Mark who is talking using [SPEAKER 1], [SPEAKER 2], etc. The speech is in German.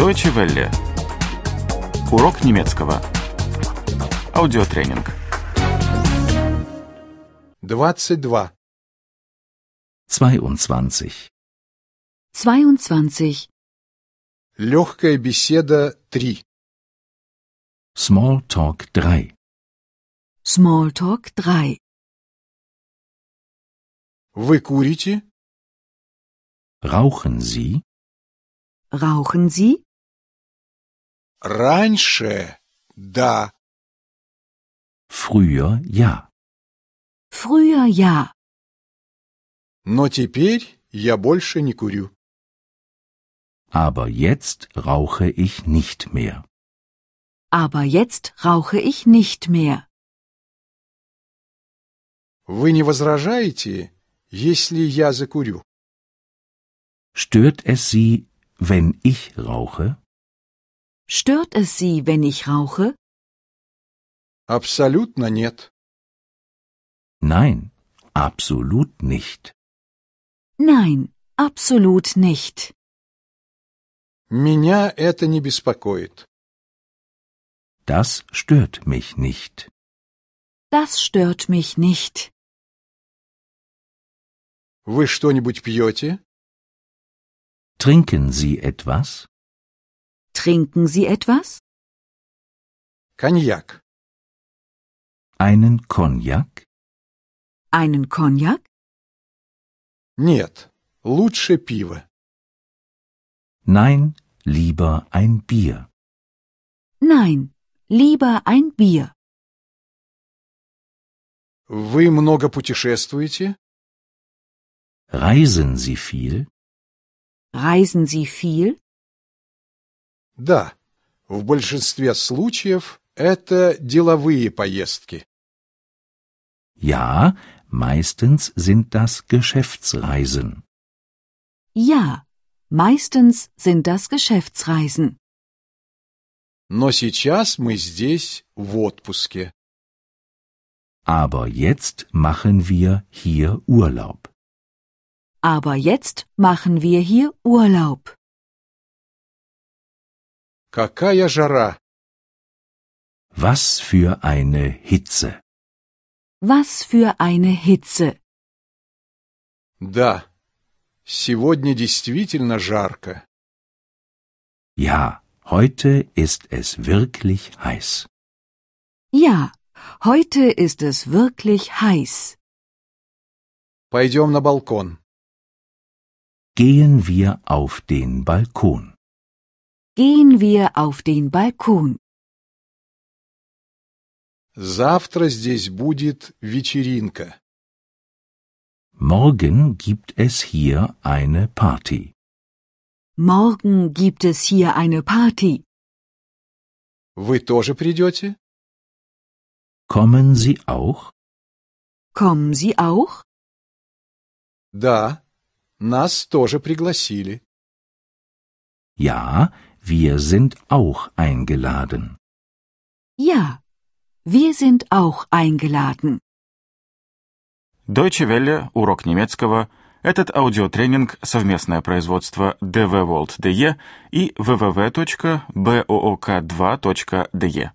[SPEAKER 1] Deutsche Welle. Урок немецкого. Аудиотренинг.
[SPEAKER 2] 22.
[SPEAKER 3] 22.
[SPEAKER 4] 22.
[SPEAKER 2] Легкая беседа 3.
[SPEAKER 3] Small Talk 3.
[SPEAKER 4] Smalltalk 3.
[SPEAKER 2] Вы курите?
[SPEAKER 3] Rauchen Sie?
[SPEAKER 4] Rauchen Sie?
[SPEAKER 2] Раньше да,
[SPEAKER 3] Früher ja.
[SPEAKER 4] Früher ja,
[SPEAKER 2] но теперь я больше не курю.
[SPEAKER 3] Aber jetzt rauche ich nicht mehr.
[SPEAKER 4] aber jetzt rauche ich nicht mehr.
[SPEAKER 2] Вы не возражаете, если я закурю?
[SPEAKER 3] Stört es Sie, wenn ich rauche?
[SPEAKER 4] Stört es Sie, wenn ich rauche?
[SPEAKER 2] Абсолютно нет.
[SPEAKER 3] Nein, absolut nicht.
[SPEAKER 4] Nein, absolut nicht.
[SPEAKER 2] Меня это не беспокоит.
[SPEAKER 3] Das stört mich nicht.
[SPEAKER 4] Das stört mich nicht.
[SPEAKER 2] Вы что-нибудь пьете?
[SPEAKER 3] Trinken Sie etwas?
[SPEAKER 4] Trinken Sie etwas?
[SPEAKER 2] Коньяк.
[SPEAKER 3] Einen Cognac?
[SPEAKER 4] Einen Cognac?
[SPEAKER 2] Нет, лучше пиво.
[SPEAKER 3] Nein, lieber ein Bier.
[SPEAKER 4] Nein, lieber ein Bier.
[SPEAKER 2] Вы много путешествуете?
[SPEAKER 3] Reisen Sie viel?
[SPEAKER 4] Reisen Sie viel?
[SPEAKER 2] Да. В большинстве случаев это деловые поездки.
[SPEAKER 3] Ja, meistens sind das Geschäftsreisen.
[SPEAKER 4] Ja, meistens sind das Geschäftsreisen.
[SPEAKER 2] Но сейчас мы здесь в отпуске.
[SPEAKER 3] Aber jetzt machen wir hier Urlaub.
[SPEAKER 4] Aber jetzt machen wir hier Urlaub.
[SPEAKER 2] Какая жара!
[SPEAKER 3] Was für eine Hitze!
[SPEAKER 4] Was für eine Hitze.
[SPEAKER 2] Да, сегодня действительно жарко.
[SPEAKER 3] Ja, heute ist es wirklich heiß.
[SPEAKER 4] Ja, heute ist es wirklich heiß.
[SPEAKER 2] Пойдем на балкон.
[SPEAKER 3] Gehen wir auf den Balkon.
[SPEAKER 4] Gehen wir auf den Balkon.
[SPEAKER 2] Завтра здесь будет вечеринка.
[SPEAKER 3] Morgen gibt es hier eine Party.
[SPEAKER 4] Morgen gibt es hier eine Party.
[SPEAKER 2] Вы тоже придете?
[SPEAKER 3] Kommen Sie auch?
[SPEAKER 4] Kommen Sie auch?
[SPEAKER 2] Да, нас тоже пригласили.
[SPEAKER 3] Ja, wir sind auch eingeladen.
[SPEAKER 4] Ja, wir sind auch eingeladen.
[SPEAKER 1] Deutsche Welle. Урок немецкого. Этот аудиотренинг – совместное производство DW World DE и www.book2.de.